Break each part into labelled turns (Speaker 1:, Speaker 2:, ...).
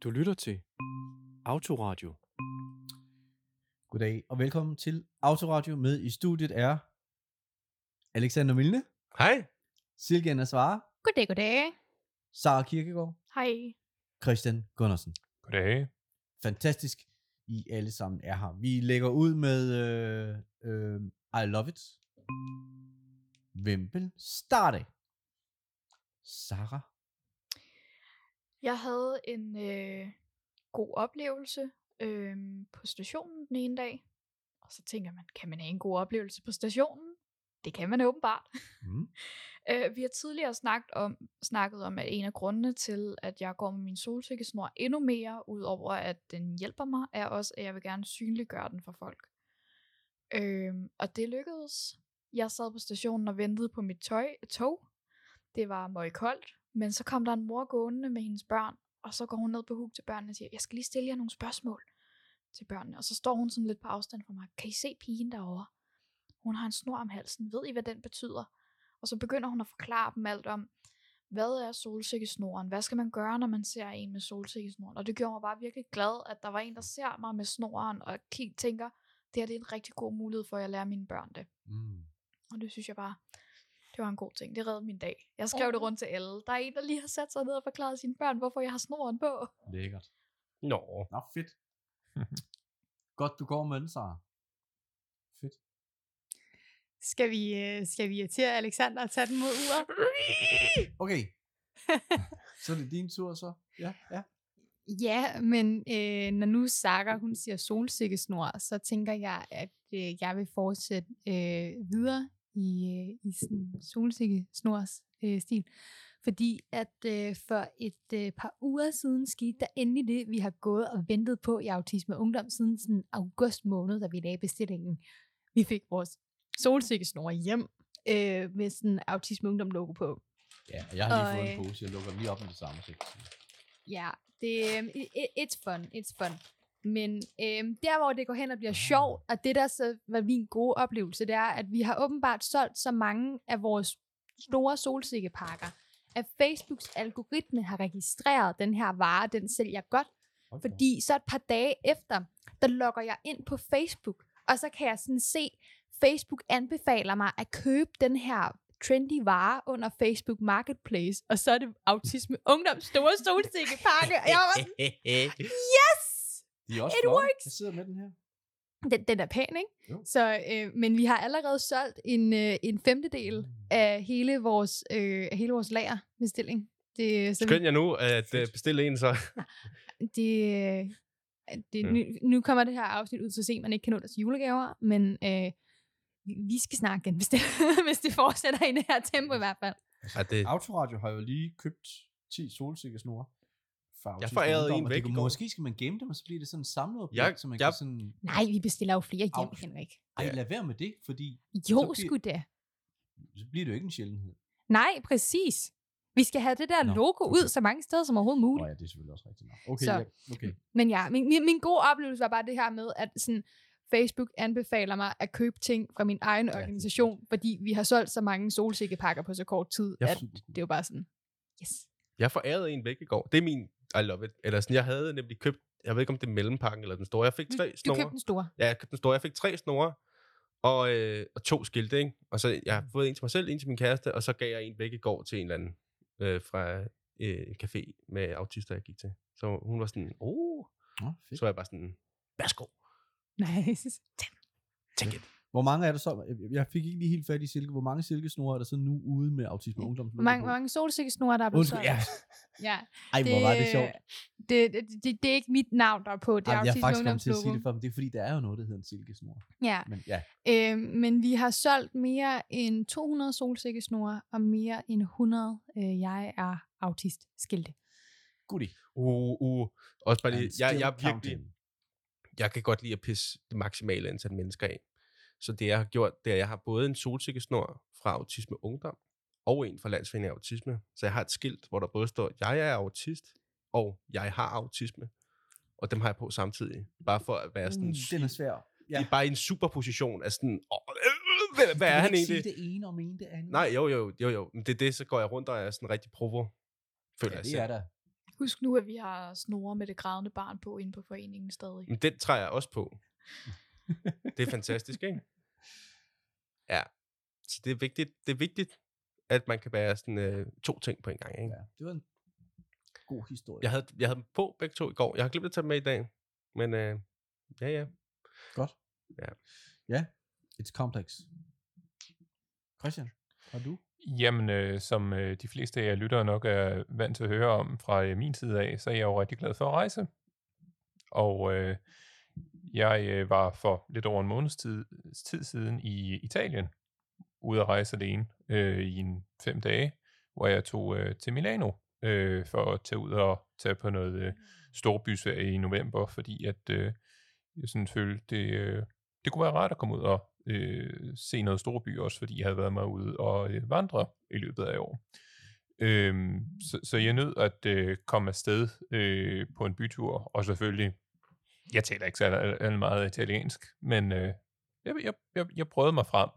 Speaker 1: Du lytter til Autoradio.
Speaker 2: Goddag og velkommen til Autoradio. Med i studiet er Alexander Milne,
Speaker 1: Hej.
Speaker 2: Silke Nasvare,
Speaker 3: Goddag, goddag.
Speaker 2: Sara Kirkegaard,
Speaker 3: Hej.
Speaker 2: Christian Gunnarsen.
Speaker 1: Goddag.
Speaker 2: Fantastisk, I alle sammen er her. Vi lægger ud med øh, øh, I Love It. Hvem vil starte? Sara.
Speaker 3: Jeg havde en øh, god oplevelse øh, på stationen den ene dag. Og så tænker man, kan man have en god oplevelse på stationen? Det kan man åbenbart.
Speaker 2: Mm.
Speaker 3: Øh, vi har tidligere snakket om, snakket om, at en af grundene til, at jeg går med min solsikkesnor endnu mere, udover at den hjælper mig, er også, at jeg vil gerne synliggøre den for folk. Øh, og det lykkedes. Jeg sad på stationen og ventede på mit tøj, tog. Det var meget koldt, men så kom der en mor gående med hendes børn, og så går hun ned på huk til børnene og siger, jeg skal lige stille jer nogle spørgsmål til børnene. Og så står hun sådan lidt på afstand fra mig. Kan I se pigen derovre? Hun har en snor om halsen. Ved I, hvad den betyder? Og så begynder hun at forklare dem alt om, hvad er solsikkesnoren? Hvad skal man gøre, når man ser en med solsikkesnoren? Og det gjorde mig bare virkelig glad, at der var en, der ser mig med snoren og kig, tænker, det her det er en rigtig god mulighed for, at jeg lærer mine børn det.
Speaker 2: Mm.
Speaker 3: Og det synes jeg bare, det var en god ting. Det reddede min dag. Jeg skrev oh. det
Speaker 4: Åh.
Speaker 3: rundt til alle. Der er en, der lige har sat sig ned og forklaret sine børn, hvorfor jeg har snoren på.
Speaker 2: Lækkert.
Speaker 1: Nå.
Speaker 2: Nå, fedt. Godt, du går med den, Sara. Fedt.
Speaker 4: Skal vi, øh, skal vi irritere Alexander og tage den mod uret?
Speaker 2: Okay. så er det din tur så. Ja, ja.
Speaker 4: Ja, men øh, når nu Saga, hun siger solsikkesnor, så tænker jeg, at øh, jeg vil fortsætte øh, videre i, øh, i sådan solsikkesnors øh, stil. Fordi at øh, for et øh, par uger siden skete der endelig det, vi har gået og ventet på i Autisme Ungdom siden sådan august måned, da vi lagde bestillingen. Vi fik vores solsikkesnor hjem øh, med sådan Autisme Ungdom logo på.
Speaker 2: Ja, og jeg har lige
Speaker 4: Og,
Speaker 2: fået en
Speaker 4: øh,
Speaker 2: pose, jeg lukker den lige op med det samme. Så jeg kan sige.
Speaker 4: Ja, det, øhm, i- i- it's fun, it's fun. Men øhm, der, hvor det går hen og bliver sjovt, og det der så var min gode oplevelse, det er, at vi har åbenbart solgt så mange af vores store solsikkepakker, at Facebooks algoritme har registreret den her vare, den sælger godt,
Speaker 2: Hold da op.
Speaker 4: fordi så et par dage efter, der logger jeg ind på Facebook, og så kan jeg sådan se, Facebook anbefaler mig at købe den her trendy vare under Facebook Marketplace, og så er det Autisme Ungdom store solsikkepakke, og jeg var sådan, yes!
Speaker 2: De er også
Speaker 4: It
Speaker 2: flotte.
Speaker 4: works!
Speaker 2: Jeg sidder med den her.
Speaker 4: Den, den er pæn, ikke?
Speaker 2: Jo.
Speaker 4: Så, øh, men vi har allerede solgt en, øh, en femtedel
Speaker 2: Mm.
Speaker 4: af hele vores, øh, af hele vores lagerbestilling. Det, så vi-
Speaker 5: Skynd jer nu at øh,
Speaker 2: Fedt.
Speaker 5: bestille en, så...
Speaker 4: det, øh, det
Speaker 5: Ja.
Speaker 4: nu, nu kommer det her afsnit ud så sent, man ikke kan nå deres julegaver, men øh, vi- vi skal snakke igen, hvis det, hvis det fortsætter i det her tempo i hvert fald.
Speaker 5: Ja, det,
Speaker 2: Autoradio har jo lige købt 10 solsikkesnore. fra Autisme
Speaker 5: forærede
Speaker 2: Ungdom,
Speaker 5: en
Speaker 2: og det
Speaker 5: væk
Speaker 2: kan-
Speaker 5: i går.
Speaker 2: Måske skal man gemme dem, og så bliver det sådan en samlet objekt,
Speaker 5: Jeg-
Speaker 2: så man
Speaker 5: jeg-
Speaker 2: kan sådan...
Speaker 4: Nej, vi bestiller jo flere hjem,
Speaker 2: Au.
Speaker 4: Henrik.
Speaker 2: Ej,
Speaker 5: Ja.
Speaker 2: lad være med det, fordi
Speaker 4: Jo,
Speaker 2: Så bliver-
Speaker 4: sgu da.
Speaker 2: så bliver det jo ikke en sjældenhed.
Speaker 4: Nej, præcis. Vi skal have det der
Speaker 2: Nå,
Speaker 4: logo
Speaker 2: okay.
Speaker 4: ud så mange steder som overhovedet
Speaker 2: Nå
Speaker 4: muligt.
Speaker 2: ja, det er selvfølgelig også rigtigt nok. Okay,
Speaker 4: Så-
Speaker 2: ja, okay.
Speaker 4: Men ja, min, min, min gode oplevelse var bare det her med, at sådan, Facebook anbefaler mig at købe ting fra min egen
Speaker 2: det er
Speaker 4: organisation, fordi vi har solgt så mange solsikkepakker på så kort tid,
Speaker 5: Jeg
Speaker 4: at
Speaker 2: Super cool.
Speaker 4: det er jo bare sådan, yes.
Speaker 5: jeg forærede en væk i går. Det er min... I love it. Eller sådan, jeg havde nemlig købt... Jeg ved ikke, om det er mellempakken eller den store. Jeg fik
Speaker 4: Du,
Speaker 5: tre
Speaker 4: du
Speaker 5: snore.
Speaker 4: købte den store.
Speaker 5: Ja, jeg Mm, købte den store. Jeg fik tre snore og, øh, og to skilte, ikke? Og så jeg har fået en til mig selv, en til min kæreste, og så gav jeg en væk i går til en eller anden øh, fra øh, en café med autister, jeg gik til. Så hun var sådan, oh,
Speaker 2: Nå, fedt.
Speaker 5: så var jeg bare sådan, værsgo,
Speaker 4: Nice.
Speaker 5: take it.
Speaker 2: Hvor mange er der så? jeg- Jeg fik ikke lige helt fat i silke. Hvor mange silkesnore er der så nu ude med autisme ungdom?
Speaker 4: Hvor mange, hvor mange solsikkesnore, der er blevet
Speaker 2: Undskyld,
Speaker 4: solgt?
Speaker 2: ja.
Speaker 4: ja.
Speaker 2: Ej, hvor var det sjovt.
Speaker 4: Det, det, det, det, er ikke mit navn, der er på. Det
Speaker 2: Ej,
Speaker 4: er
Speaker 2: men jeg
Speaker 4: Autisme
Speaker 2: er faktisk kommet
Speaker 4: Ungdoms
Speaker 2: til at sige
Speaker 4: logo.
Speaker 2: det for dem. Det er fordi, der er jo noget, der hedder en silkesnor.
Speaker 4: Ja,
Speaker 2: Men ja,
Speaker 4: øh, men vi har solgt mere end 200 solsikkesnore og mere end 100 øh, jeg er autist skilte.
Speaker 2: goodie.
Speaker 5: Uh, uh. Også bare lige,
Speaker 2: And
Speaker 5: jeg,
Speaker 2: still
Speaker 5: jeg er virkelig,
Speaker 2: counting.
Speaker 5: jeg kan godt lide at pisse det maksimale antal mennesker af. Så det, jeg har gjort, det er, at jeg har både en solsikkesnor fra Autisme Ungdom og en fra Landsforeningen af Autisme. Så jeg har et skilt, hvor der både står, jeg er autist, og jeg har autisme. Og dem har jeg på samtidig. Bare for at være sådan...
Speaker 2: Mm, den er svær.
Speaker 5: ja. Det er bare i en superposition af sådan... Åh, øh, hvad, hvad
Speaker 2: Kan man
Speaker 5: er han
Speaker 2: ikke
Speaker 5: egentlig?
Speaker 2: Sige det ene og mene det andet.
Speaker 5: Nej, jo, jo, jo, jo. Men det er det, så går jeg rundt og er sådan rigtig provo.
Speaker 2: ja,
Speaker 5: Føler jeg
Speaker 2: det
Speaker 5: selv.
Speaker 2: er der.
Speaker 3: Husk nu, at vi har snore med det grædende barn på inde på foreningen stadig.
Speaker 5: Men den træder jeg også på. Det er fantastisk, ikke? Ja. Så det er vigtigt, det er vigtigt at man kan være sådan, øh, to ting på en gang. Ikke?
Speaker 2: Ja, det var en god historie.
Speaker 5: Jeg, havde, jeg havde dem på begge to i går. Jeg har glemt at tage dem med i dag. Men øh, ja, ja.
Speaker 2: Godt.
Speaker 5: Ja.
Speaker 2: Ja, it's complex. Christian, har du?
Speaker 6: Jamen, øh, som øh, de fleste af jer lyttere nok er vant til at høre om fra øh, min side af, så er jeg jo rigtig glad for at rejse. Og øh, jeg øh, var for lidt over en måneds tid, tid siden i Italien, ude at rejse alene øh, i en fem dage, hvor jeg tog øh, til Milano øh, for at tage ud og tage på noget øh, storbysferie i november, fordi at øh, jeg sådan følte, det, øh, det kunne være rart at komme ud og øh, se noget storby også, fordi jeg havde været mig ude og øh, vandre i løbet af i år. Øhm, så, så jeg nød at øh, komme afsted øh, på en bytur, og selvfølgelig, jeg taler ikke særlig særlig meget italiensk, men øh, jeg, jeg, jeg, jeg prøvede mig frem,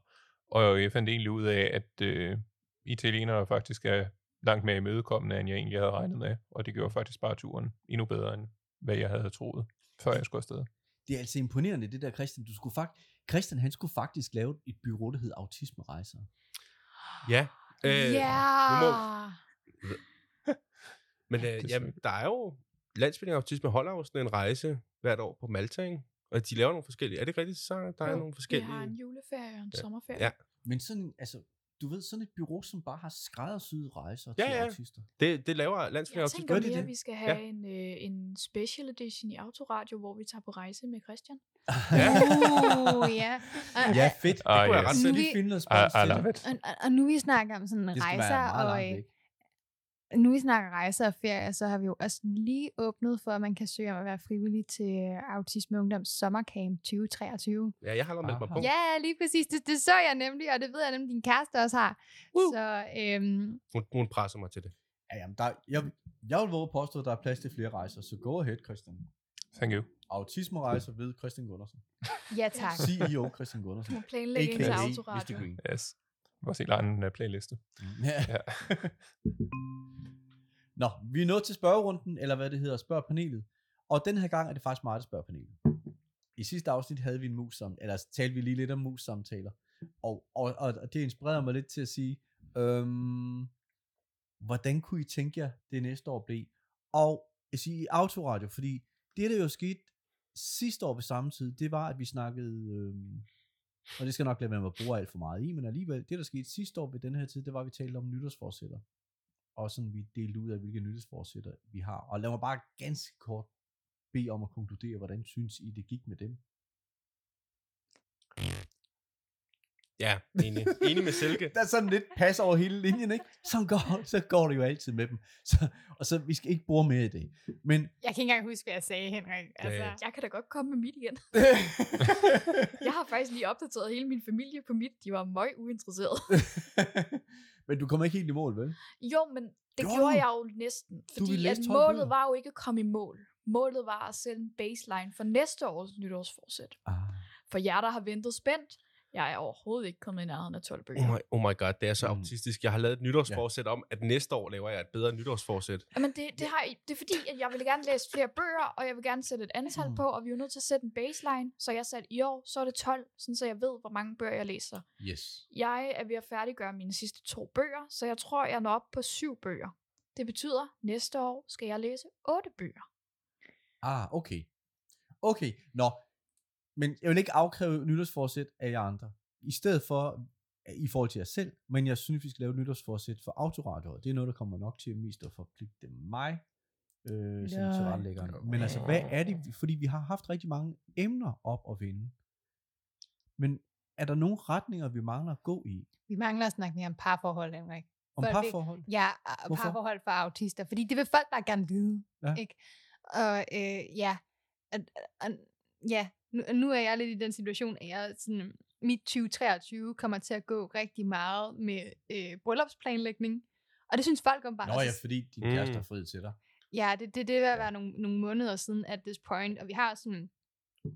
Speaker 6: og jeg fandt egentlig ud af, at øh, italienere faktisk er langt mere imødekommende, end jeg egentlig havde regnet med, og det gjorde faktisk bare turen endnu bedre, end hvad jeg havde troet, før jeg skulle afsted.
Speaker 2: Det er altså imponerende, det der Christian. Du skulle fakt Christian, han skulle faktisk lave et bureau, der hed Autismerejser.
Speaker 5: Ja.
Speaker 3: Øh,
Speaker 5: nu
Speaker 3: yeah!
Speaker 5: må- Men øh,
Speaker 6: Desværre.
Speaker 5: jamen, der er jo... Landsforeningen Autisme holder jo sådan en rejse hvert år på Malta, ikke? Og de laver nogle forskellige... Er det ikke rigtigt, så der er
Speaker 3: Jo,
Speaker 5: nogle
Speaker 3: Vi
Speaker 5: forskellige...
Speaker 3: har en juleferie og en
Speaker 5: Ja.
Speaker 3: sommerferie.
Speaker 5: Ja.
Speaker 2: Men sådan, en- altså, du ved, sådan et bureau, som bare har skræddersyet rejser
Speaker 5: Ja,
Speaker 2: til
Speaker 5: ja.
Speaker 2: autister.
Speaker 5: Det, det laver Landsforeningen
Speaker 3: Jeg
Speaker 5: Autisme.
Speaker 3: tænker
Speaker 2: gør de
Speaker 3: mere,
Speaker 2: det?
Speaker 3: at vi skal have en, øh, en special edition i Autoradio, hvor vi tager på rejse med Christian.
Speaker 5: Ja.
Speaker 4: Uh, ja. Og,
Speaker 2: Ja, fedt.
Speaker 6: Ah,
Speaker 5: kunne jeg
Speaker 6: yes.
Speaker 5: ret
Speaker 4: Nu
Speaker 5: selv.
Speaker 4: er vi-
Speaker 2: Lige finde noget
Speaker 6: I,
Speaker 2: spons
Speaker 6: I
Speaker 2: til
Speaker 6: love
Speaker 2: det.
Speaker 6: it.
Speaker 4: og, og, og nu vi snakker om sådan
Speaker 2: Det skal
Speaker 4: rejser,
Speaker 2: være meget
Speaker 4: og,
Speaker 2: langt
Speaker 4: øh,
Speaker 2: væk.
Speaker 4: nu vi snakker rejser og ferie, så har vi jo også lige åbnet for, at man kan søge om at være frivillig til øh, Autisme Ungdoms Sommercamp 2023.
Speaker 5: Ja, jeg har allerede meldt mig
Speaker 2: Aha.
Speaker 5: på.
Speaker 4: Ja, lige præcis. Det, det så jeg nemlig, og det ved jeg nemlig, din kæreste også har.
Speaker 3: Woo!
Speaker 4: Så øhm,
Speaker 5: Hun, hun presser mig til det.
Speaker 2: Ja, jamen, der, jeg, jeg vil våge at påstå, at der er plads til flere rejser, så go ahead, Christian.
Speaker 6: Thank you.
Speaker 2: Autismerejser ved Christian Gundersen.
Speaker 4: ja tak.
Speaker 2: CEO Christian Gundersen.
Speaker 3: Du må planlægge en til
Speaker 2: AKA
Speaker 3: Autoradio.
Speaker 2: Mr. Green.
Speaker 6: Yes. Vores helt egen uh, playliste.
Speaker 2: Ja.
Speaker 6: Ja.
Speaker 2: Nå, vi er nået til spørgerunden, eller hvad det hedder, spørg panelet. Og den her gang er det faktisk mig, der spørger panelet. I sidste afsnit havde vi en mus som, eller altså, talte vi lige lidt om mus samtaler. Og, og, og, og det inspirerede mig lidt til at sige, øhm, hvordan kunne I tænke jer det næste år blev? Og jeg siger i autoradio, fordi det, der jo skete sidste år ved samme tid, det var, at vi snakkede, øhm, og det skal jeg nok lade være med at bruge alt for meget i, men alligevel, det der skete sidste år ved den her tid, det var, at vi talte om nytårsforsætter. Og sådan vi delte ud af, hvilke nytårsforsætter vi har. Og lad mig bare ganske kort bede om at konkludere, hvordan synes I, det gik med dem?
Speaker 5: Ja, enig. enig med Silke.
Speaker 2: Der er sådan lidt pas over hele linjen, ikke? Sådan går, så går det jo altid med dem. Så, og så, vi skal ikke bruge mere i det. Men
Speaker 4: Jeg kan ikke engang huske, hvad jeg sagde, Henrik. Altså,
Speaker 5: Ja.
Speaker 4: ja.
Speaker 3: Jeg kan da godt komme med mit igen. Jeg har faktisk lige opdateret hele min familie på mit. De var meget uinteresserede.
Speaker 2: Men du kommer ikke helt i mål, vel?
Speaker 3: Jo, men det
Speaker 2: Gjorde
Speaker 3: gjorde
Speaker 2: du?
Speaker 3: jeg jo næsten.
Speaker 2: ville
Speaker 3: Fordi at
Speaker 2: læse 12
Speaker 3: målet
Speaker 2: bøger.
Speaker 3: var jo ikke at komme i mål. Målet var at sætte en baseline for næste års nytårsforsæt.
Speaker 2: Ah.
Speaker 3: For jer, der har ventet spændt, jeg er overhovedet ikke kommet i nærheden af 12 bøger.
Speaker 5: Oh my, oh my god, det er så
Speaker 2: Mm.
Speaker 5: autistisk. Jeg har lavet et nytårsforsæt om, at næste år laver jeg et bedre nytårsforsæt.
Speaker 3: Men det, det, har, I- det er fordi, at jeg ville gerne læse flere bøger, og jeg vil gerne sætte et antal
Speaker 2: Mm.
Speaker 3: på, og vi er jo nødt til at sætte en baseline. Så jeg satte i år, så er det 12, sådan så jeg ved, hvor mange bøger jeg læser.
Speaker 2: Yes.
Speaker 3: Jeg er ved at færdiggøre mine sidste to bøger, så jeg tror, jeg når op på syv bøger. Det betyder, at næste år skal jeg læse otte bøger.
Speaker 2: Ah, okay. Okay, nå. Men jeg vil ikke afkræve nytårsforsæt af jer andre. I stedet for øh, i forhold til jer selv, men jeg synes, vi skal lave et nytårsforsæt for autoradioet. Det er noget, der kommer nok til at mest at forpligte mig øh, som
Speaker 4: Nej.
Speaker 2: tilrettelæggeren. Men altså, hvad er det? Fordi vi har haft rigtig mange emner op at vinde. Men er der nogle retninger, vi mangler at gå i?
Speaker 4: Vi mangler at snakke mere om parforhold, Henrik.
Speaker 2: Om
Speaker 4: Folk vil-
Speaker 2: parforhold?
Speaker 4: Ja, og
Speaker 2: Hvorfor?
Speaker 4: parforhold for autister. Fordi det vil folk bare gerne vide.
Speaker 2: Ja.
Speaker 4: Ikke? Og øh, ja, og, og, ja. Nu, nu er jeg lidt i den situation, at jeg sådan, mit 2023 kommer til at gå rigtig meget med øh, bryllupsplanlægning. Og det synes folk om bare.
Speaker 2: Nå
Speaker 4: og så
Speaker 2: ja, fordi din kæreste
Speaker 5: Mm.
Speaker 2: har friet til dig.
Speaker 4: Ja, det, det, det vil være nogle, nogle måneder siden at this point, og vi har sådan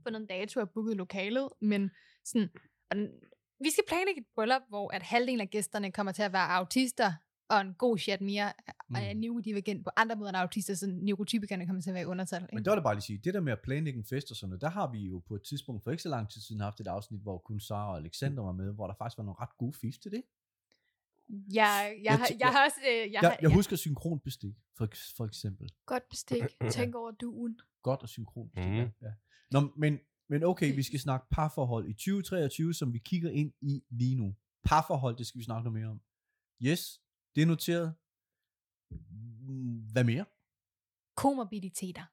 Speaker 4: på nogle datoer booket lokalet, men sådan, og den, vi skal planlægge et bryllup, hvor at halvdelen af gæsterne kommer til at være autister, og en god chat mere mm. er
Speaker 2: Mm.
Speaker 4: neurodivergent på andre måder end autister, så neurotypikerne kommer til at være i undertal.
Speaker 2: Men der vil jeg bare lige sige, det der med at planlægge en fest og sådan noget, der har vi jo på et tidspunkt for ikke så lang tid siden haft et afsnit, hvor kun Sara og Alexander var med, hvor der faktisk var nogle ret gode fif til det.
Speaker 4: Jeg, jeg,
Speaker 2: Jeg
Speaker 4: har-
Speaker 2: tæ-
Speaker 4: jeg har også... øh, Jeg,
Speaker 2: Jeg,
Speaker 4: har-
Speaker 2: jeg
Speaker 4: jeg-
Speaker 2: husker synkronbestik, for, eks- for eksempel.
Speaker 3: Godt bestik. Tænk over duen.
Speaker 2: Godt og synkronbestik.
Speaker 5: Mhm.
Speaker 2: Mm. Ja. Nå, men, men okay, vi skal snakke parforhold i 2023, som vi kigger ind i lige nu. Parforhold, det skal vi snakke noget mere om. Yes, det er noteret. Mm, Hvad mere?
Speaker 4: Komorbiditeter.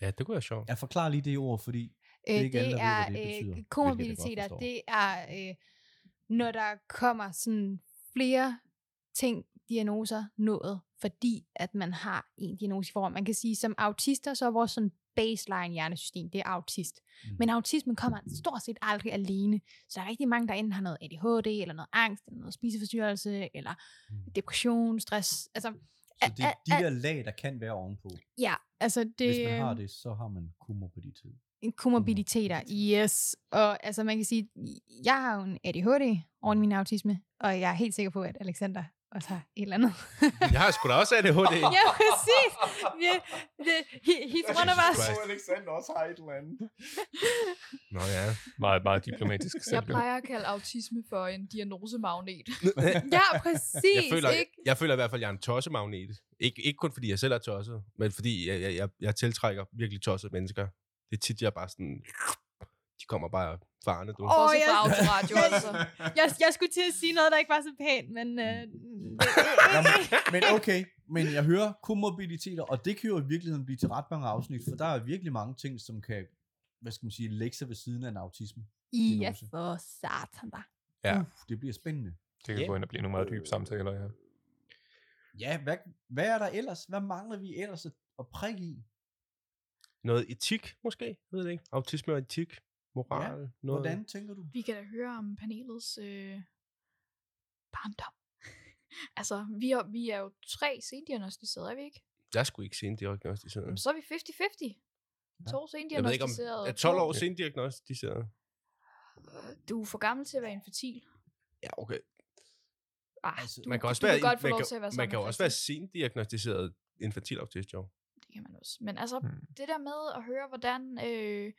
Speaker 5: Ja, det kunne være sjovt.
Speaker 2: Jeg forklarer lige det ord, fordi
Speaker 4: Øh,
Speaker 2: Det er ikke
Speaker 4: det,
Speaker 2: alle, der ved,
Speaker 4: er
Speaker 2: hvad det betyder, hvilket jeg
Speaker 4: øh,
Speaker 2: godt
Speaker 4: komorbiditeter.
Speaker 2: forstår.
Speaker 4: Det er, øh, når der kommer sådan flere ting, diagnoser, noget, fordi at man har en diagnose i form. Man kan sige, som autister, så er vores sådan baseline hjernesystem, det er autist.
Speaker 2: Mm.
Speaker 4: Men autismen kommer stort set aldrig alene. Så der er rigtig mange, der enten har noget ADHD, eller noget angst, eller noget spiseforstyrrelse, eller
Speaker 2: Mm.
Speaker 4: depression, stress. Altså,
Speaker 2: så det er
Speaker 4: Ah,
Speaker 2: de
Speaker 4: ah,
Speaker 2: der lag, der kan være ovenpå.
Speaker 4: ja, altså det...
Speaker 2: Hvis man har det, så har man komorbiditet.
Speaker 4: komorbiditeter. Yes. Og altså man kan sige, jeg har jo en ADHD oven i min autisme, og jeg er helt sikker på, at Alexander også har et eller andet.
Speaker 5: Jeg har sgu da også ADHD.
Speaker 4: ja, præcis. Yeah, yeah, he, he's one of us.
Speaker 5: Christ.
Speaker 2: Alexander også har et eller andet.
Speaker 5: Nå ja.
Speaker 6: Meget, meget diplomatisk
Speaker 3: Jeg
Speaker 6: selvløb.
Speaker 3: plejer at kalde autisme for en diagnosemagnet.
Speaker 4: Ja, præcis.
Speaker 5: Jeg føler, jeg,
Speaker 4: ikke?
Speaker 5: jeg føler i hvert fald, at jeg er en tossemagnet. Ikke, ikke kun fordi jeg selv er tosset, men fordi jeg, jeg, jeg, jeg tiltrækker virkelig tossede mennesker. Det er tit, jeg bare sådan... De kommer bare farne, du.
Speaker 4: Åh,
Speaker 3: Åh, jeg...
Speaker 4: jeg-
Speaker 3: autoradio, altså.
Speaker 4: Jeg, jeg skulle til at sige noget, der ikke var så pænt, men... Øh,
Speaker 2: Jamen, men okay, men jeg hører komorbiditeter, og det kan jo i virkeligheden blive til ret mange afsnit, for der er virkelig mange ting, som kan, hvad skal man sige, lægge sig ved siden af en autisme.
Speaker 4: ja,
Speaker 2: diagnose.
Speaker 4: for satan da.
Speaker 5: Ja.
Speaker 2: Uh, det bliver spændende.
Speaker 6: Det kan gå ind og blive nogle meget
Speaker 5: Øh.
Speaker 6: dybe samtaler, ja.
Speaker 2: Ja, hvad, hvad er der ellers? Hvad mangler vi ellers at, at prikke i?
Speaker 5: Noget etik, måske? Jeg ved det ikke. Autisme og etik. Moral. Ja, noget.
Speaker 2: Hvordan tænker du?
Speaker 3: Vi kan da høre om panelets øh, barndom. altså, vi er, vi er jo tre sendiagnostiserede, er vi ikke?
Speaker 5: Jeg skulle ikke se en diagnostiseret.
Speaker 3: Jamen, så er vi 50-50.
Speaker 2: Ja.
Speaker 3: To
Speaker 5: Mm. Jeg ved ikke, om
Speaker 3: sendiagnostiserede. Øh,
Speaker 5: er 12 år
Speaker 6: Ja.
Speaker 5: siden diagnostiseret.
Speaker 3: Du er for gammel til at være infertil.
Speaker 5: Ja, okay.
Speaker 3: Ah,
Speaker 2: Altså,
Speaker 3: du,
Speaker 5: Man kan også
Speaker 3: du
Speaker 5: være,
Speaker 3: kan godt få
Speaker 5: man
Speaker 3: lov
Speaker 5: kan,
Speaker 3: til at være
Speaker 5: man
Speaker 3: sammen
Speaker 5: kan jo
Speaker 3: med
Speaker 5: også være
Speaker 3: Christian.
Speaker 5: sent diagnostiseret infantil autist, jo.
Speaker 3: Det kan man også. Men altså,
Speaker 6: Hmm.
Speaker 3: det der med at høre, hvordan, øh,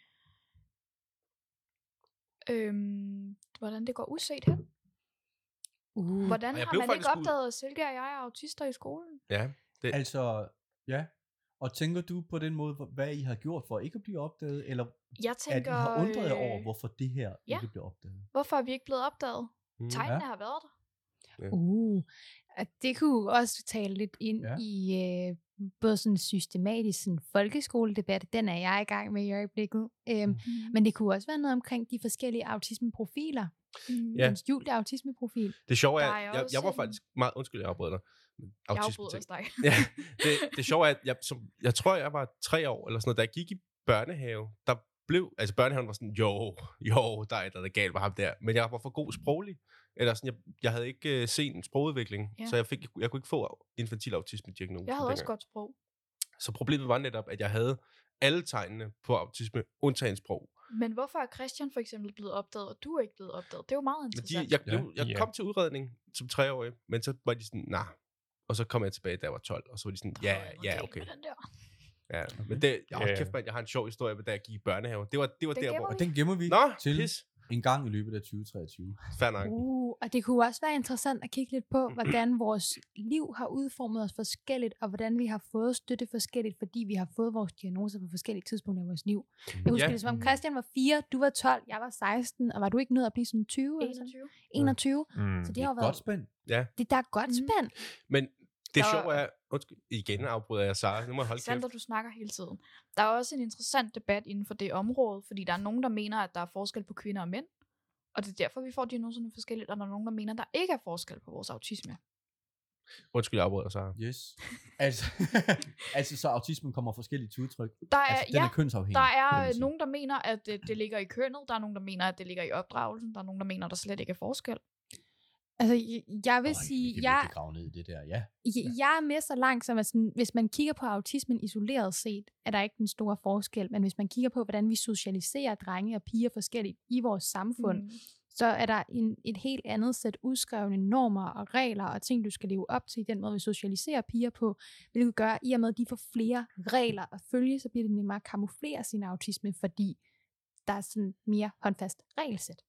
Speaker 3: øhm, hvordan det går uset hen. Hvordan
Speaker 4: Uh.
Speaker 5: Hmm. Og jeg
Speaker 3: har
Speaker 5: blev
Speaker 3: man ikke
Speaker 5: faktisk ud-
Speaker 3: opdaget, at Silke og jeg er autister i skolen?
Speaker 5: Ja.
Speaker 2: Altså, ja. Og tænker du på den måde, hvor- hvad I har gjort for ikke at blive opdaget, eller
Speaker 3: Jeg
Speaker 2: at I
Speaker 3: tænker,
Speaker 2: har undret jer over,
Speaker 3: øh,
Speaker 2: hvorfor det her
Speaker 3: ja.
Speaker 2: ikke bliver opdaget?
Speaker 3: hvorfor er vi ikke blevet opdaget?
Speaker 5: Mm.
Speaker 3: Tegnene har været der.
Speaker 4: Uh, og det kunne jo også tale lidt ind
Speaker 2: Ja.
Speaker 4: ja. i øh, både sådan en systematisk sådan folkeskoledebat, den er jeg i gang med i øjeblikket, øhm,
Speaker 2: Mm.
Speaker 4: mm. men det kunne også være noget omkring de forskellige autismeprofiler,
Speaker 3: Mm.
Speaker 5: Ja.
Speaker 4: ja. en skjult autismeprofil.
Speaker 5: Det sjove er,
Speaker 3: Der er
Speaker 5: jeg, jeg,
Speaker 3: også
Speaker 5: jeg var
Speaker 3: en-
Speaker 5: faktisk meget... Undskyld, jeg afbrød dig.
Speaker 3: Jeg
Speaker 5: Autisme
Speaker 3: afbryder
Speaker 5: ting.
Speaker 3: også dig.
Speaker 5: Ja, det, det sjove er, at jeg, som, jeg tror, jeg var tre år, eller sådan noget, da jeg gik i børnehave, der blev, altså børnehaven var sådan, jo, jo, der er et eller andet galt med ham der, men jeg var for god sproglig, eller sådan, jeg, jeg havde ikke øh, set en sprogudvikling,
Speaker 3: Ja.
Speaker 5: ja. så jeg, fik, jeg kunne ikke få infantil autisme diagnosen
Speaker 3: Jeg havde også godt sprog.
Speaker 5: Så problemet var netop, at jeg havde alle tegnene på autisme, undtagen sprog.
Speaker 3: Men hvorfor er Christian for eksempel blevet opdaget, og du er ikke blevet opdaget? Det er jo meget
Speaker 5: Men de,
Speaker 3: interessant.
Speaker 5: jeg, blev,
Speaker 6: Ja.
Speaker 5: jeg kom til udredning som treårig, men så var de sådan, nej. Nah. Og så kom jeg tilbage, da jeg var 12, og så var de sådan,
Speaker 3: Der
Speaker 5: ja,
Speaker 3: er noget
Speaker 5: ja,
Speaker 3: galt
Speaker 5: okay.
Speaker 3: med den der.
Speaker 5: Ja,
Speaker 2: Mhm.
Speaker 5: men det, jeg,
Speaker 6: Ja.
Speaker 5: yeah. kæft, mand, jeg har en sjov historie, med, da jeg gik i børnehave. Det var, det var
Speaker 3: Den
Speaker 5: der,
Speaker 3: gemmer
Speaker 5: hvor...
Speaker 2: Og den gemmer vi
Speaker 5: Nå,
Speaker 2: til
Speaker 5: pis.
Speaker 2: en gang i løbet af 2023.
Speaker 5: Fair nok.
Speaker 3: Mhm.
Speaker 4: Uh, og det kunne også være interessant at kigge lidt på, hvordan vores liv har udformet os forskelligt, og hvordan vi har fået støtte forskelligt, fordi vi har fået vores diagnoser på forskellige tidspunkter i vores liv. Jeg husker
Speaker 5: Ja.
Speaker 4: ja. det som om Christian var 4, du var 12, jeg var 16, og var du ikke nødt at blive sådan 20? eller sådan?
Speaker 3: 21.
Speaker 4: 21.
Speaker 5: Hmm.
Speaker 6: Mm.
Speaker 4: Så det har jo været
Speaker 2: Godt spændt.
Speaker 4: Det der er godt
Speaker 3: Mhm.
Speaker 4: spændt.
Speaker 5: Men det
Speaker 3: Der-
Speaker 5: sjove er... Undskyld, igen afbryder jeg Sara. Nu må jeg holde
Speaker 3: Sandra,
Speaker 5: kæft.
Speaker 3: du snakker hele tiden. Der er også en interessant debat inden for det område, fordi der er nogen, der mener, at der er forskel på kvinder og mænd. Og det er derfor, vi får diagnoserne forskelligt, og der er nogen, der mener, at der ikke er forskel på vores autisme.
Speaker 5: Undskyld, jeg afbryder Sara.
Speaker 2: Yes. Altså, altså så autismen kommer forskelligt til udtryk.
Speaker 3: Der er,
Speaker 2: Altså,
Speaker 3: altså,
Speaker 2: den
Speaker 3: ja,
Speaker 2: er kønsafhængig.
Speaker 3: der
Speaker 2: kan man
Speaker 3: er øh,
Speaker 2: sige.
Speaker 3: nogen, der mener, at øh, det ligger i kønnet, der er nogen, der mener, at det ligger i opdragelsen, der er nogen, der mener, at der slet ikke er forskel.
Speaker 4: Altså, jeg, jeg vil
Speaker 2: Øj,
Speaker 4: Øj,
Speaker 2: vi
Speaker 4: sige,
Speaker 2: kan
Speaker 4: jeg,
Speaker 2: virkelig grave ned i det der, ja.
Speaker 4: jeg, jeg er med så langt, som at sådan, hvis man kigger på autismen isoleret set, er der ikke den store forskel. Men hvis man kigger på, hvordan vi socialiserer drenge og piger forskelligt i vores samfund, mm. så er der en, et helt andet sæt udskrevne normer og regler og ting, du skal leve op til i den måde, vi socialiserer piger på, hvilket gør, at i og med, at de får flere regler at følge, så bliver det nemmere at kamuflere sin autisme, fordi der er sådan mere håndfast regelsæt.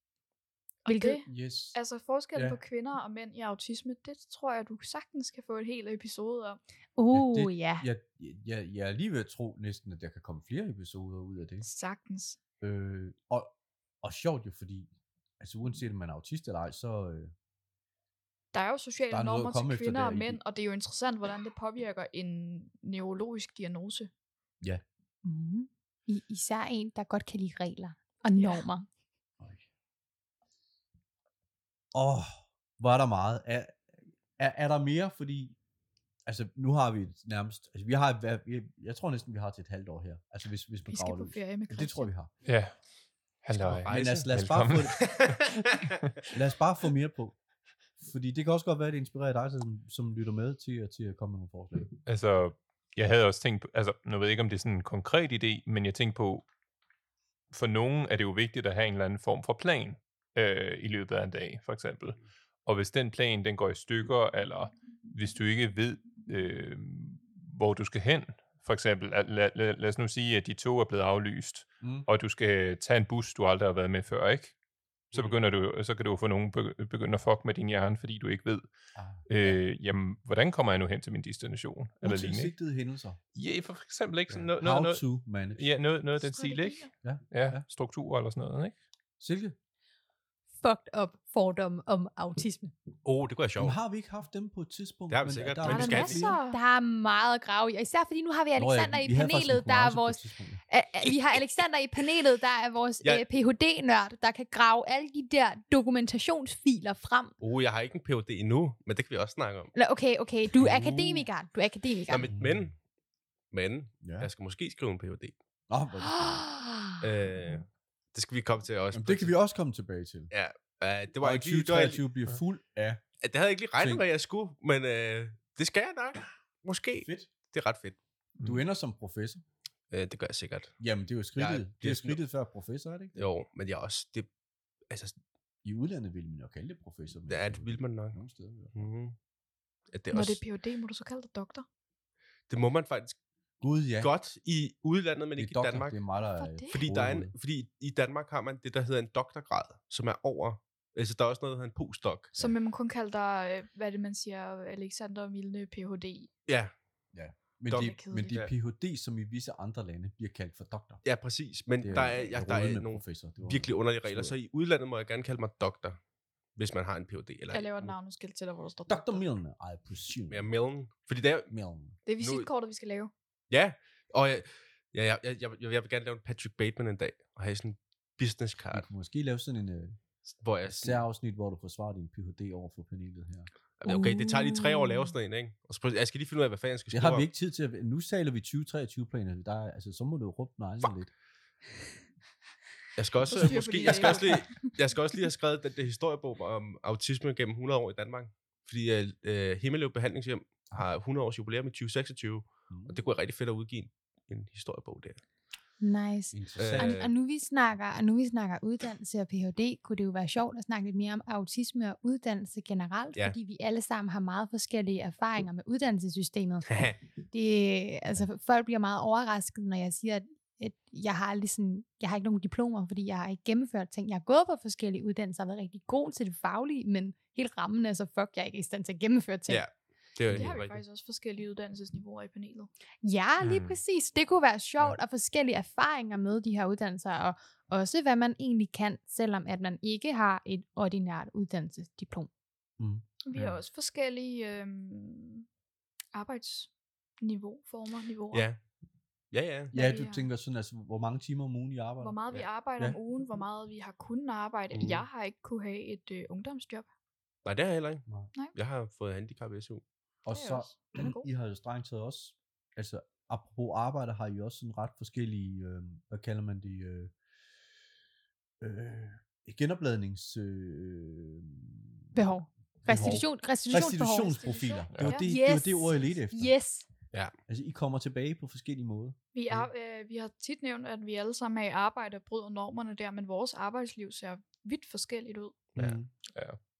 Speaker 3: Og
Speaker 4: Hvilket-
Speaker 3: det,
Speaker 2: Yes.
Speaker 3: altså forskellen
Speaker 2: Ja.
Speaker 3: på kvinder og mænd i autisme, det tror jeg, du sagtens kan få et helt episode om.
Speaker 4: Oh,
Speaker 2: det-
Speaker 4: ja.
Speaker 2: Jeg, jeg, jeg er lige ved at tro næsten, at der kan komme flere episoder ud
Speaker 5: Mm.
Speaker 2: af det.
Speaker 3: Sagtens.
Speaker 2: Øh, og, og sjovt jo, fordi altså uanset om man er autist eller ej, så øh,
Speaker 3: Der er jo sociale
Speaker 2: Der er noget at
Speaker 3: normer
Speaker 2: komme
Speaker 3: til
Speaker 2: efter
Speaker 3: kvinder
Speaker 2: der
Speaker 3: og
Speaker 2: i de-
Speaker 3: mænd, og det er jo interessant, hvordan det påvirker en neurologisk diagnose.
Speaker 4: Mm. I, især en, der godt kan lide regler og
Speaker 3: Ja.
Speaker 4: normer.
Speaker 2: Åh, hvor er der meget. Er, er, er der mere? Fordi, altså nu har vi et nærmest, altså vi har, et hver- jeg, jeg tror næsten, vi har til et halvt år her. Altså hvis, hvis man
Speaker 3: Vi skal
Speaker 2: graver
Speaker 3: på
Speaker 2: løs.
Speaker 3: ferie med
Speaker 2: Ja,
Speaker 3: Christian.
Speaker 2: Det tror jeg, vi har.
Speaker 6: Ja.
Speaker 5: Skal på
Speaker 6: Halløj.
Speaker 5: rejse.
Speaker 2: Men altså, lad os, bare få,
Speaker 6: Velkommen.
Speaker 2: lad os bare få mere på. Fordi det kan også godt være, at det inspirerer dig, som, som lytter med til, at- til at komme med nogle forslag.
Speaker 6: Altså, jeg havde også tænkt på, altså, nu ved jeg ikke, om det er sådan en konkret idé, men jeg tænkte på, for nogen er det jo vigtigt at have en eller anden form for plan øh, i løbet af en dag, for eksempel. Og hvis den plan, den går i stykker, eller hvis du ikke ved, øh, hvor du skal hen, for eksempel, at lad, lad, lad os nu sige, at de to er blevet aflyst,
Speaker 2: Mm.
Speaker 6: og du skal tage en bus, du aldrig har været med før, ikke? Så,
Speaker 5: Mm.
Speaker 6: begynder du, så kan du få nogen begy- begynde at fuck med din hjerne, fordi du ikke ved,
Speaker 2: Ah,
Speaker 6: øh, jamen, hvordan kommer jeg nu hen til min destination? Eller lignende, ikke?
Speaker 2: Utilsigtede hændelser.
Speaker 6: Ja, for eksempel ikke sådan
Speaker 2: No,
Speaker 6: noget,
Speaker 2: no, How
Speaker 6: noget, noget,
Speaker 2: to manage.
Speaker 6: ja, noget, noget af den stil, ikke?
Speaker 3: Strategier.
Speaker 6: Ja,
Speaker 2: Ja.
Speaker 6: struktur eller sådan noget, ikke?
Speaker 2: Silke,
Speaker 4: Fucked up fordom om autisme.
Speaker 5: Åh, oh, det kunne være sjovt.
Speaker 2: Jamen, har vi ikke haft dem på et tidspunkt?
Speaker 5: Det har vi sikkert,
Speaker 3: Der
Speaker 5: men
Speaker 3: er
Speaker 5: vi
Speaker 3: der
Speaker 5: skal
Speaker 3: masser.
Speaker 4: Der er meget at grave i, og især fordi nu har vi Alexander i panelet, der er vores Øh, øh, vi har Alexander i panelet, der er vores
Speaker 5: Jeg-
Speaker 4: øh, Ph.D.-nørd, der kan grave alle de der dokumentationsfiler frem.
Speaker 5: Åh, oh, jeg har ikke en PhD endnu, men det kan vi også snakke om.
Speaker 4: Eller, okay, okay, du er
Speaker 2: Uh.
Speaker 4: akademiker. Du er akademiker.
Speaker 5: Nå, men, men, men,
Speaker 2: Ja.
Speaker 5: jeg skal måske skrive en PhD.
Speaker 2: Nå, hvor er det spændende.
Speaker 3: Ah.
Speaker 4: Oh,
Speaker 5: Øh, det skal vi komme til også.
Speaker 2: Jamen, det kan vi også komme tilbage til.
Speaker 5: Uh, det
Speaker 2: Det
Speaker 5: var
Speaker 2: var
Speaker 5: ikke lige, det, var, jeg-
Speaker 2: 2023 bliver fuld af
Speaker 5: det havde jeg ikke lige regnet
Speaker 2: Ting.
Speaker 5: med, at jeg skulle, men uh, det skal jeg nok. Måske.
Speaker 2: fedt.
Speaker 5: Det er ret fedt.
Speaker 2: Du
Speaker 5: Mm.
Speaker 2: ender som professor.
Speaker 5: Uh, det gør jeg sikkert.
Speaker 2: Jamen, det er jo skridtet.
Speaker 5: Jeg-
Speaker 2: det er
Speaker 5: jeg-
Speaker 2: jo skridtet før professor, er det ikke? det?
Speaker 5: Jo, men jeg er også... Det, altså,
Speaker 2: I udlandet vil man jo kalde det professor. men
Speaker 5: Ja, det vil man nok.
Speaker 2: Nogle steder. ja.
Speaker 5: mm, at det, er
Speaker 3: Når
Speaker 5: også,
Speaker 3: det er PhD, må du så kalde dig doktor.
Speaker 5: det må man faktisk
Speaker 2: Gud, ja.
Speaker 5: ja. godt i udlandet, men
Speaker 2: det
Speaker 5: ikke
Speaker 2: er doktor,
Speaker 5: i Danmark.
Speaker 2: Det er øh, mig, der
Speaker 3: Hvorfor det?
Speaker 5: Fordi, der er en,
Speaker 2: overhovedet.
Speaker 5: fordi i Danmark har man det, der hedder en doktorgrad, som er over... Altså, der er også noget, der hedder en postdoc.
Speaker 3: Så ja. man kun kalde dig, øh, hvad er det man siger, Alexander Milne Ph.D.
Speaker 5: Ja,
Speaker 2: men,
Speaker 5: doktor.
Speaker 2: det,
Speaker 3: Det er
Speaker 2: men det er
Speaker 5: kedeligt.
Speaker 2: PhD, som i visse andre lande bliver kaldt for doktor.
Speaker 5: ja præcis. Men
Speaker 2: Det
Speaker 5: der er, ja, der er
Speaker 2: rådende
Speaker 5: nogle
Speaker 2: professor. Det var
Speaker 5: virkelig underlige regler. Så
Speaker 2: sludder.
Speaker 5: i udlandet må jeg gerne kalde mig doktor, hvis man har en PhD. Eller
Speaker 3: Jeg laver et navneskilt til dig, hvor der står
Speaker 2: Dr. Milner, I presume.
Speaker 5: Ja, Mellon. Fordi det er,
Speaker 2: Milner.
Speaker 3: Det er visitkortet, vi skal lave.
Speaker 5: ja, og jeg, ja, jeg, jeg, jeg, jeg, vil gerne lave en Patrick Bateman en dag, og have sådan en business
Speaker 2: Vi
Speaker 5: card,
Speaker 2: kunne måske lave sådan en
Speaker 5: Altså,
Speaker 2: øh,
Speaker 5: hvor jeg sådan,
Speaker 2: særafsnit, hvor du forsvarer din PhD over for panelet her.
Speaker 5: okay, det tager lige tre år at lave sådan en, ikke? Og så, prøv- jeg skal lige finde ud af, hvad fanden jeg skal
Speaker 2: Det
Speaker 5: skrive
Speaker 2: har vi
Speaker 5: om.
Speaker 2: ikke tid til. At, nu taler vi 2023-planerne. Der er, altså, så må du råbe nej
Speaker 5: Fuck.
Speaker 2: lidt.
Speaker 5: Jeg skal også,
Speaker 3: Så styr på
Speaker 5: måske,
Speaker 3: de
Speaker 5: jeg skal
Speaker 3: regler.
Speaker 5: også, lige, jeg skal også lige have skrevet den der historiebog om autisme gennem 100 år i Danmark. Fordi øh, øh, Himmeløv Behandlingshjem har 100 års jubilæum i 2026, og
Speaker 2: Mm.
Speaker 5: det kunne være rigtig fedt at udgive en, en historiebog der.
Speaker 4: nice.
Speaker 2: Interessant.
Speaker 4: Og,
Speaker 5: Øh.
Speaker 4: og, nu vi snakker, og nu vi snakker uddannelse og Ph.D., kunne det jo være sjovt at snakke lidt mere om autisme og uddannelse generelt,
Speaker 5: Ja.
Speaker 4: ja. fordi vi alle sammen har meget forskellige erfaringer med uddannelsessystemet. det, altså, folk bliver meget overrasket, når jeg siger, at, at jeg har aldrig sådan, jeg har ikke nogen diplomer, fordi jeg har ikke gennemført ting. Jeg har gået på forskellige uddannelser og været rigtig god til det faglige, men helt rammen er så fuck, jeg er ikke i stand til at gennemføre ting.
Speaker 5: Ja. det er jo
Speaker 3: Det har
Speaker 5: helt
Speaker 3: vi
Speaker 5: rigtigt.
Speaker 3: faktisk også forskellige uddannelsesniveauer i panelet.
Speaker 4: ja lige
Speaker 6: Mm.
Speaker 4: præcis. Det kunne være sjovt og forskellige erfaringer med de her uddannelser, og også hvad man egentlig kan, selvom at man ikke har et ordinært uddannelsesdiplom.
Speaker 3: Vi har
Speaker 6: Ja.
Speaker 3: også forskellige øhm, arbejdsniveau, former, niveauer.
Speaker 5: Ja. Ja, ja.
Speaker 2: Ja,
Speaker 3: Ja,
Speaker 2: du
Speaker 3: ja.
Speaker 2: tænker sådan, altså, hvor mange timer om ugen I arbejder?
Speaker 3: Hvor meget vi arbejder
Speaker 2: Ja.
Speaker 3: om ugen, hvor meget vi har kunnet arbejde.
Speaker 5: Mhm.
Speaker 3: Jeg har ikke kunne have et øh, ungdomsjob.
Speaker 5: Nej, det har jeg heller ikke.
Speaker 2: Nej.
Speaker 3: Nej.
Speaker 5: Jeg har fået handicap i SU.
Speaker 2: Og
Speaker 3: Det er
Speaker 2: så,
Speaker 3: også- den er god.
Speaker 2: I har jo strengt taget også, altså, apropos arbejde, har I også sådan ret forskellige, øh, hvad kalder man det, øh, øh, genopladnings... Øh,
Speaker 4: Behov.
Speaker 2: behov.
Speaker 4: Restitution, restitutionsbehov.
Speaker 2: Restitutionsprofiler.
Speaker 5: Restitution.
Speaker 2: Det var
Speaker 3: Ja.
Speaker 2: det, det, var det ord, jeg ledte efter.
Speaker 4: Yes.
Speaker 2: Altså, I kommer tilbage på forskellige måder.
Speaker 3: Vi, er, øh, vi har tit nævnt, at vi alle sammen er i arbejde og bryder normerne der, men vores arbejdsliv ser vidt forskelligt ud.
Speaker 5: Ja.
Speaker 2: Mm.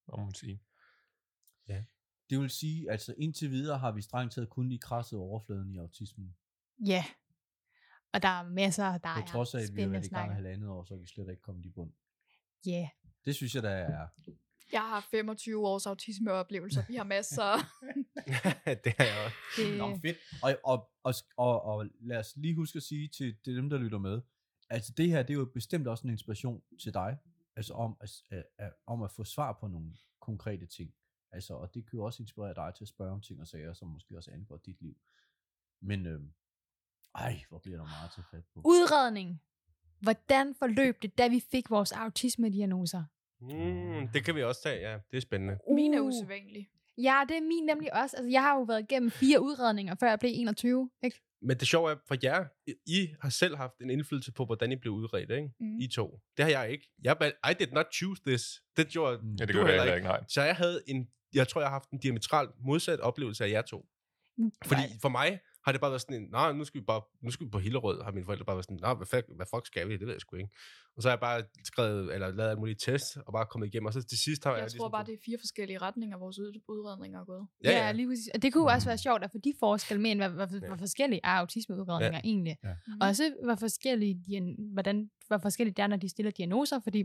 Speaker 6: om hun sige.
Speaker 2: Det vil sige, altså indtil videre har vi strengt taget kun lige krasset overfladen i autismen.
Speaker 4: Ja. Og der er masser, der
Speaker 2: På
Speaker 4: er
Speaker 2: trods af, at vi har
Speaker 4: spændende
Speaker 2: været i gang
Speaker 4: snakke.
Speaker 2: i halvandet år, så er vi slet ikke kommet i bund.
Speaker 4: Ja.
Speaker 2: Det synes jeg, der er...
Speaker 3: Jeg har 25 års autismeoplevelser. Vi har masser.
Speaker 5: det er jeg også.
Speaker 4: Det,
Speaker 2: Nå, fedt. Og, og, og, og, og lad os lige huske at sige til til dem, der lytter med, altså det her, det er jo bestemt også en inspiration til dig, altså om at, at, at, om at få svar på nogle konkrete ting. Altså, og det kan jo også inspirere dig til at spørge om ting og sager, som måske også angår dit liv. Men, øh, ej, hvor bliver der meget til fat på.
Speaker 4: Udredning. Hvordan forløb det, da vi fik vores autisme-diagnoser?
Speaker 5: Mm, det kan vi også tage, ja. Det er spændende.
Speaker 3: Mine er
Speaker 4: Uh.
Speaker 3: usædvanlige.
Speaker 4: Ja, det er min nemlig også. Altså, jeg har jo været igennem fire udredninger, før jeg blev 21. Ikke?
Speaker 5: Men det sjove er, for jer, I har selv haft en indflydelse på, hvordan I blev udredt, ikke?
Speaker 3: Mm.
Speaker 5: I to. Det har jeg ikke. Jeg, valg- I did not choose this. Det gjorde
Speaker 2: Mm.
Speaker 6: Ja, det
Speaker 5: Du
Speaker 6: gør
Speaker 5: heller
Speaker 6: jeg heller
Speaker 5: ikke.
Speaker 6: ikke, nej.
Speaker 5: Så jeg havde en, jeg tror, jeg har haft en diametralt modsat oplevelse af jer to. Fordi
Speaker 4: Nej.
Speaker 5: for mig har det bare været sådan en, nej, nu skal vi bare, nu skal vi på Hillerød, har mine forældre bare været sådan, nej, hvad, fuck, hvad fuck skal vi? Det ved jeg sgu ikke. Og så har jeg bare skrevet, eller lavet alle mulige tests, og bare kommet igennem, og så til sidst har
Speaker 3: Jeg
Speaker 5: jeg,
Speaker 3: tror
Speaker 5: ligesom,
Speaker 3: bare, det er fire forskellige retninger, vores ud- udredninger er gået.
Speaker 5: Ja, ja.
Speaker 4: lige præcis. Og det kunne jo også være sjovt at få de forskelle med, end hvad, hvad,
Speaker 5: Ja.
Speaker 4: hvor forskellige er autismeudredninger ja. egentlig.
Speaker 3: Mm.
Speaker 4: Også hvor forskellige, dian- hvordan, hvor forskellige det er, når de stiller diagnoser, fordi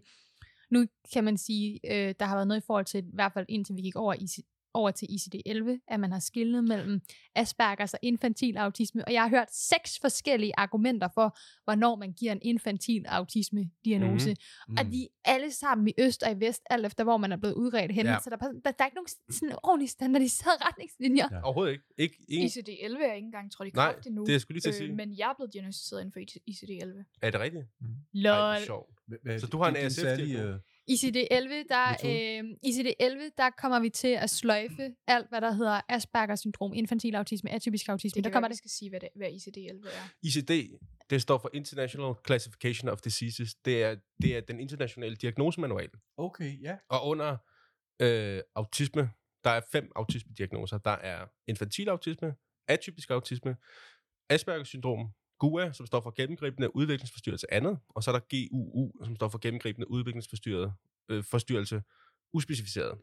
Speaker 4: nu kan man sige, øh, der har været noget i forhold til, i hvert fald indtil vi gik over, i, over til ICD-11, at man har skillet mellem Aspergers og infantil autisme, og jeg har hørt seks forskellige argumenter for, hvornår man giver en infantil autisme-diagnose.
Speaker 5: Mm-hmm.
Speaker 2: Mm.
Speaker 4: Og de er alle sammen i øst og i vest, alt efter hvor man er blevet udredt henne.
Speaker 5: Ja.
Speaker 4: Ja. Så der, er bare- der, der er ikke nogen sådan ordentlige standardiserede retningslinjer.
Speaker 2: Ja.
Speaker 5: overhovedet ikke. ikke en,
Speaker 3: ICD-11 er ikke engang trådt i
Speaker 5: nej,
Speaker 3: kraft endnu.
Speaker 5: det er jeg skulle lige til at sige.
Speaker 3: øh, men jeg er blevet diagnostiseret inden for ICD-11.
Speaker 5: er det rigtigt? Ej, hvor
Speaker 4: Lol.
Speaker 5: sjovt.
Speaker 2: Hvad-
Speaker 5: så du har en
Speaker 2: det er din
Speaker 5: ASF -diagnose?
Speaker 2: særlige, øh,
Speaker 4: ICD-11, der,
Speaker 2: Metode.
Speaker 4: øh, ICD-11, der kommer vi til at sløjfe alt, hvad der hedder Aspergers syndrom, infantil autisme, atypisk autisme.
Speaker 3: Det
Speaker 4: der
Speaker 3: kan
Speaker 4: kommer
Speaker 3: være, vi
Speaker 4: det.
Speaker 3: skal sige, hvad, det, hvad ICD-11 er.
Speaker 5: ICD, det står for International Classification of Diseases. Det er, det er den internationale diagnosemanual.
Speaker 2: Okay, ja.
Speaker 5: Og under øh, autisme, der er fem autismediagnoser. Der er infantil autisme, atypisk autisme, Aspergers syndrom, GUA, som står for gennemgribende udviklingsforstyrrelse andet, og så er der GUU, som står for gennemgribende udviklingsforstyrrelse øh, forstyrrelse uspecificeret.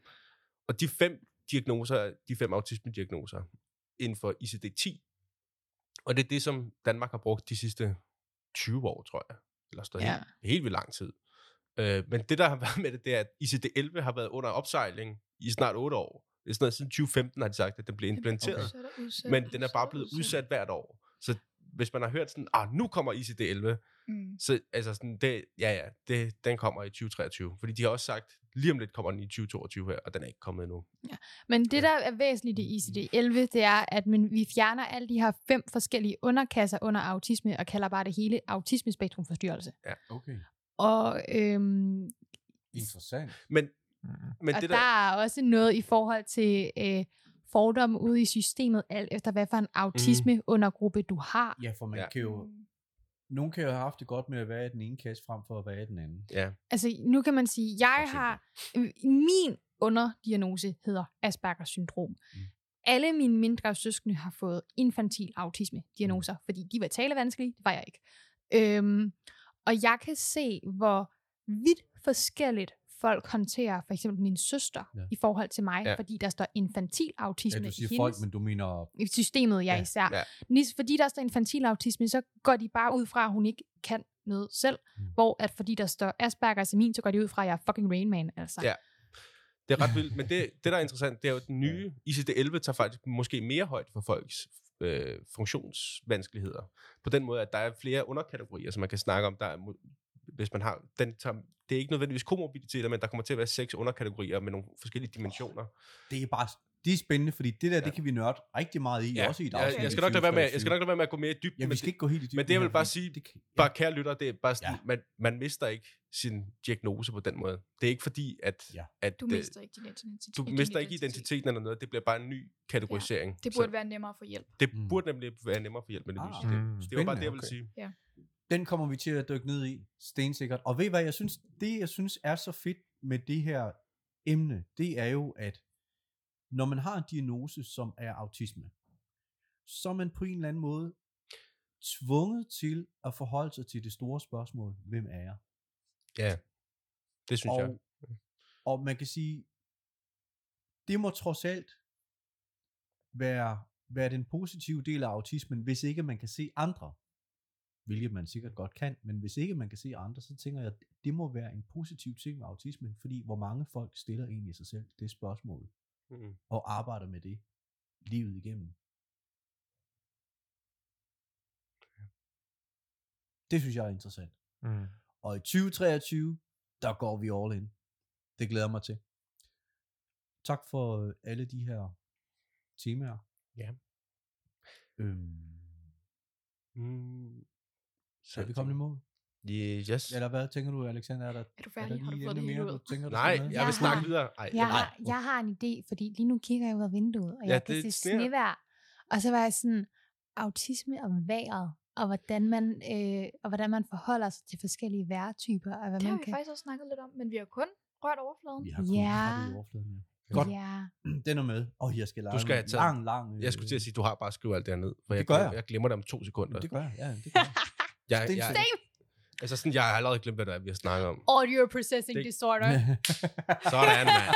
Speaker 5: Og de fem diagnoser er de fem autismediagnoser inden for ICD-10. Og det er det, som Danmark har brugt de sidste 20 år, tror jeg. Eller stået ja.
Speaker 4: Ja.
Speaker 5: helt, helt vildt lang tid. Øh, men det, der har været med det, det er, at ICD-11 har været under opsejling i snart 8 år. Det er sådan noget, siden 2015 har de sagt, at den blev implementeret. Okay.
Speaker 3: Udsat og udsat
Speaker 5: Men
Speaker 3: og
Speaker 5: den er
Speaker 3: udsat
Speaker 5: bare
Speaker 3: og
Speaker 5: blevet udsat hvert år. Så hvis man har hørt sådan, ah, nu kommer ICD-11,
Speaker 3: Mm.
Speaker 5: så altså sådan, det, ja ja, det, den kommer i 2023. Fordi de har også sagt, lige om lidt kommer den i 2022 her, og den er ikke kommet endnu.
Speaker 4: Men det, der er væsentligt i ICD-11, det er, at man, vi fjerner alle de her fem forskellige underkasser under autisme, og kalder bare det hele autismespektrumforstyrrelse.
Speaker 2: Okay.
Speaker 4: Og, øhm,
Speaker 2: Interessant.
Speaker 5: Men,
Speaker 6: Mm.
Speaker 5: men
Speaker 4: og
Speaker 5: det
Speaker 4: der er også noget i forhold til øh, fordomme ude i systemet, alt efter hvad for en autisme-undergruppe du har.
Speaker 2: Ja, for man
Speaker 5: Ja.
Speaker 2: ja. kan jo... Nogen kan jo have haft det godt med at være i den ene kasse, frem for at være i den anden.
Speaker 5: Ja,
Speaker 4: Altså, nu kan man sige, jeg
Speaker 5: eksempel.
Speaker 4: har... Min underdiagnose hedder Aspergers syndrom. Mm. Alle mine mindre søskende har fået infantil autisme-diagnoser,
Speaker 2: Mm.
Speaker 4: fordi de var talevanskelige, det var jeg ikke. Øhm, og jeg kan se, hvor vidt forskelligt folk håndterer for eksempel min søster
Speaker 2: Ja.
Speaker 4: ja. i forhold til mig,
Speaker 5: Ja.
Speaker 4: ja. fordi der står infantil
Speaker 2: Ja,
Speaker 4: autisme
Speaker 2: du siger
Speaker 4: i
Speaker 2: folk,
Speaker 4: hendes
Speaker 2: men du mener...
Speaker 4: i systemet, jeg
Speaker 2: Ja,
Speaker 4: ja, især.
Speaker 5: ja.
Speaker 4: Ja. Nis, fordi der står infantil autisme, så går de bare ud fra, at hun ikke kan noget selv.
Speaker 2: Mm.
Speaker 4: Mm. Hvor at fordi der står Aspergers i min, så går de ud fra, at jeg er fucking Rain Man, altså.
Speaker 5: Ja. det er ret vildt. Men det, det, der er interessant, det er jo, at den nye ICD-11 tager faktisk måske mere højt for folks øh, funktionsvanskeligheder. På den måde, at der er flere underkategorier, som man kan snakke om, der er, mo- hvis man har... Den tager, det er ikke nødvendigvis komorbiditeter, men der kommer til at være seks underkategorier med nogle forskellige dimensioner.
Speaker 2: Det er bare... Det er spændende, fordi det der, ja.
Speaker 5: Ja.
Speaker 2: det kan vi nørde rigtig meget i, ja. også i et
Speaker 5: jeg,
Speaker 2: afsnit
Speaker 5: jeg, skal
Speaker 2: i
Speaker 5: nok lade være med, jeg
Speaker 2: 2023.
Speaker 5: skal nok lade være med at gå mere i dybden.
Speaker 2: Ja, vi
Speaker 5: men
Speaker 2: skal
Speaker 5: det-
Speaker 2: ikke gå helt i dybden.
Speaker 5: men det, jeg
Speaker 2: her,
Speaker 5: vil bare
Speaker 2: fordi
Speaker 5: sige,
Speaker 2: det kan,
Speaker 5: bare kære lytter, det er bare sådan,
Speaker 2: Ja.
Speaker 5: ja. man, man mister ikke sin diagnose på den måde. Det er ikke fordi, at,
Speaker 2: Ja.
Speaker 5: at
Speaker 3: Du
Speaker 5: øh,
Speaker 3: mister ikke din identitet.
Speaker 5: du mister ikke identiteten eller noget. Det bliver bare en ny kategorisering.
Speaker 3: Det burde være nemmere at få hjælp.
Speaker 5: Så det
Speaker 2: Mm.
Speaker 5: burde nemlig være nemmere for hjælp med det nye
Speaker 2: Ah.
Speaker 5: system. Det var
Speaker 6: Mm.
Speaker 5: bare det,
Speaker 2: Spændende,
Speaker 5: jeg ville
Speaker 6: okay.
Speaker 5: sige.
Speaker 2: den kommer vi til at dykke ned i, stensikkert. Og ved I hvad, jeg synes, det jeg synes er så fedt med det her emne, det er jo, at når man har en diagnose, som er autisme, så er man på en eller anden måde tvunget til at forholde sig til det store spørgsmål, hvem er jeg?
Speaker 5: Ja. Det synes
Speaker 2: og,
Speaker 5: jeg.
Speaker 2: Og man kan sige, det må trods alt være, være den positive del af autismen, hvis ikke man kan se andre. Hvilket man sikkert godt kan, men hvis ikke man kan se andre, så tænker jeg, det må være en positiv ting med autismen, fordi hvor mange folk stiller egentlig sig selv det spørgsmål,
Speaker 5: Mm.
Speaker 2: og arbejder med det livet igennem. Det synes jeg er interessant.
Speaker 6: Mm.
Speaker 2: Og i 2023, der går vi all in. Det glæder jeg mig til. Tak for øh, alle de her temaer.
Speaker 5: Ja.
Speaker 2: Øhm,
Speaker 5: Mm. Så
Speaker 2: er vi kommet i mål?
Speaker 5: Yes.
Speaker 2: Eller hvad tænker du, Alexander? Er der,
Speaker 3: Er du
Speaker 2: er der
Speaker 3: færdig? Har du
Speaker 2: lige
Speaker 3: fået
Speaker 2: emne
Speaker 3: det hele
Speaker 2: mere,
Speaker 3: ud?
Speaker 2: du tænker, du
Speaker 5: Nej,
Speaker 2: skal med?
Speaker 5: jeg vil
Speaker 4: Jeg
Speaker 5: snakke
Speaker 4: har-
Speaker 5: videre. Ej,
Speaker 4: Jeg
Speaker 5: nej.
Speaker 4: har, jeg har en idé, fordi lige nu kigger jeg ud af vinduet, og jeg
Speaker 5: Ja,
Speaker 4: ja, kan
Speaker 5: det
Speaker 4: se
Speaker 5: sner.
Speaker 4: snevær. Og så var jeg sådan, autisme og vejret, og hvordan man, øh, og hvordan man forholder sig til forskellige vejrtyper, og hvad
Speaker 3: Det har
Speaker 4: man
Speaker 3: vi
Speaker 4: kan...
Speaker 3: faktisk også snakket lidt om, men vi har kun rørt overfladen.
Speaker 2: Vi
Speaker 3: Ja.
Speaker 2: har kun
Speaker 4: Ja.
Speaker 2: yeah. i overfladen. Ja. Godt.
Speaker 4: Ja,
Speaker 2: Den er med. Og jeg skal lave
Speaker 5: skal have
Speaker 2: en
Speaker 5: taget-
Speaker 2: lang, lang... øh,
Speaker 5: Jeg skulle til at sige, du har bare skrevet alt det her ned. For
Speaker 2: Det
Speaker 5: jeg,
Speaker 2: gør
Speaker 5: glemmer-
Speaker 2: jeg.
Speaker 5: jeg glemmer det om to sekunder.
Speaker 2: Det gør jeg, ja. Det gør jeg.
Speaker 5: jeg,
Speaker 2: det er
Speaker 5: jeg,
Speaker 2: en
Speaker 5: altså sådan, jeg har allerede glemt, hvad der er, vi har snakket om.
Speaker 4: audio processing
Speaker 5: Det-
Speaker 4: disorder.
Speaker 5: Sådan, mand.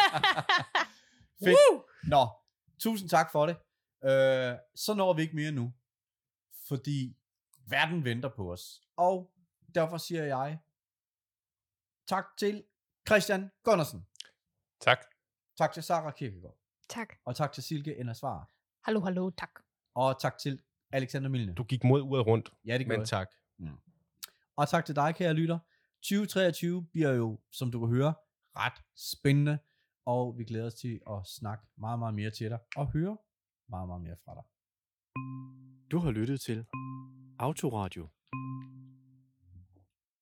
Speaker 2: Fedt. Nå, tusind tak for det. Øh, så når vi ikke mere nu, fordi verden venter på os. Og derfor siger jeg tak til Christian Gunnarsen.
Speaker 6: Tak.
Speaker 2: Tak til Sara Kirkegaard.
Speaker 3: Tak.
Speaker 2: Og tak til Silke Endersvar.
Speaker 4: hallo, hallo, tak.
Speaker 2: Og tak til Alexander Milne.
Speaker 5: Du gik mod uret rundt,
Speaker 2: ja, det gør
Speaker 5: men
Speaker 2: jeg.
Speaker 5: tak.
Speaker 2: Og tak til dig, kære lytter. 2023 bliver jo, som du kan høre, ret spændende, og vi glæder os til at snakke meget, meget mere til dig, og høre meget, meget mere fra dig.
Speaker 1: Du har lyttet til Autoradio.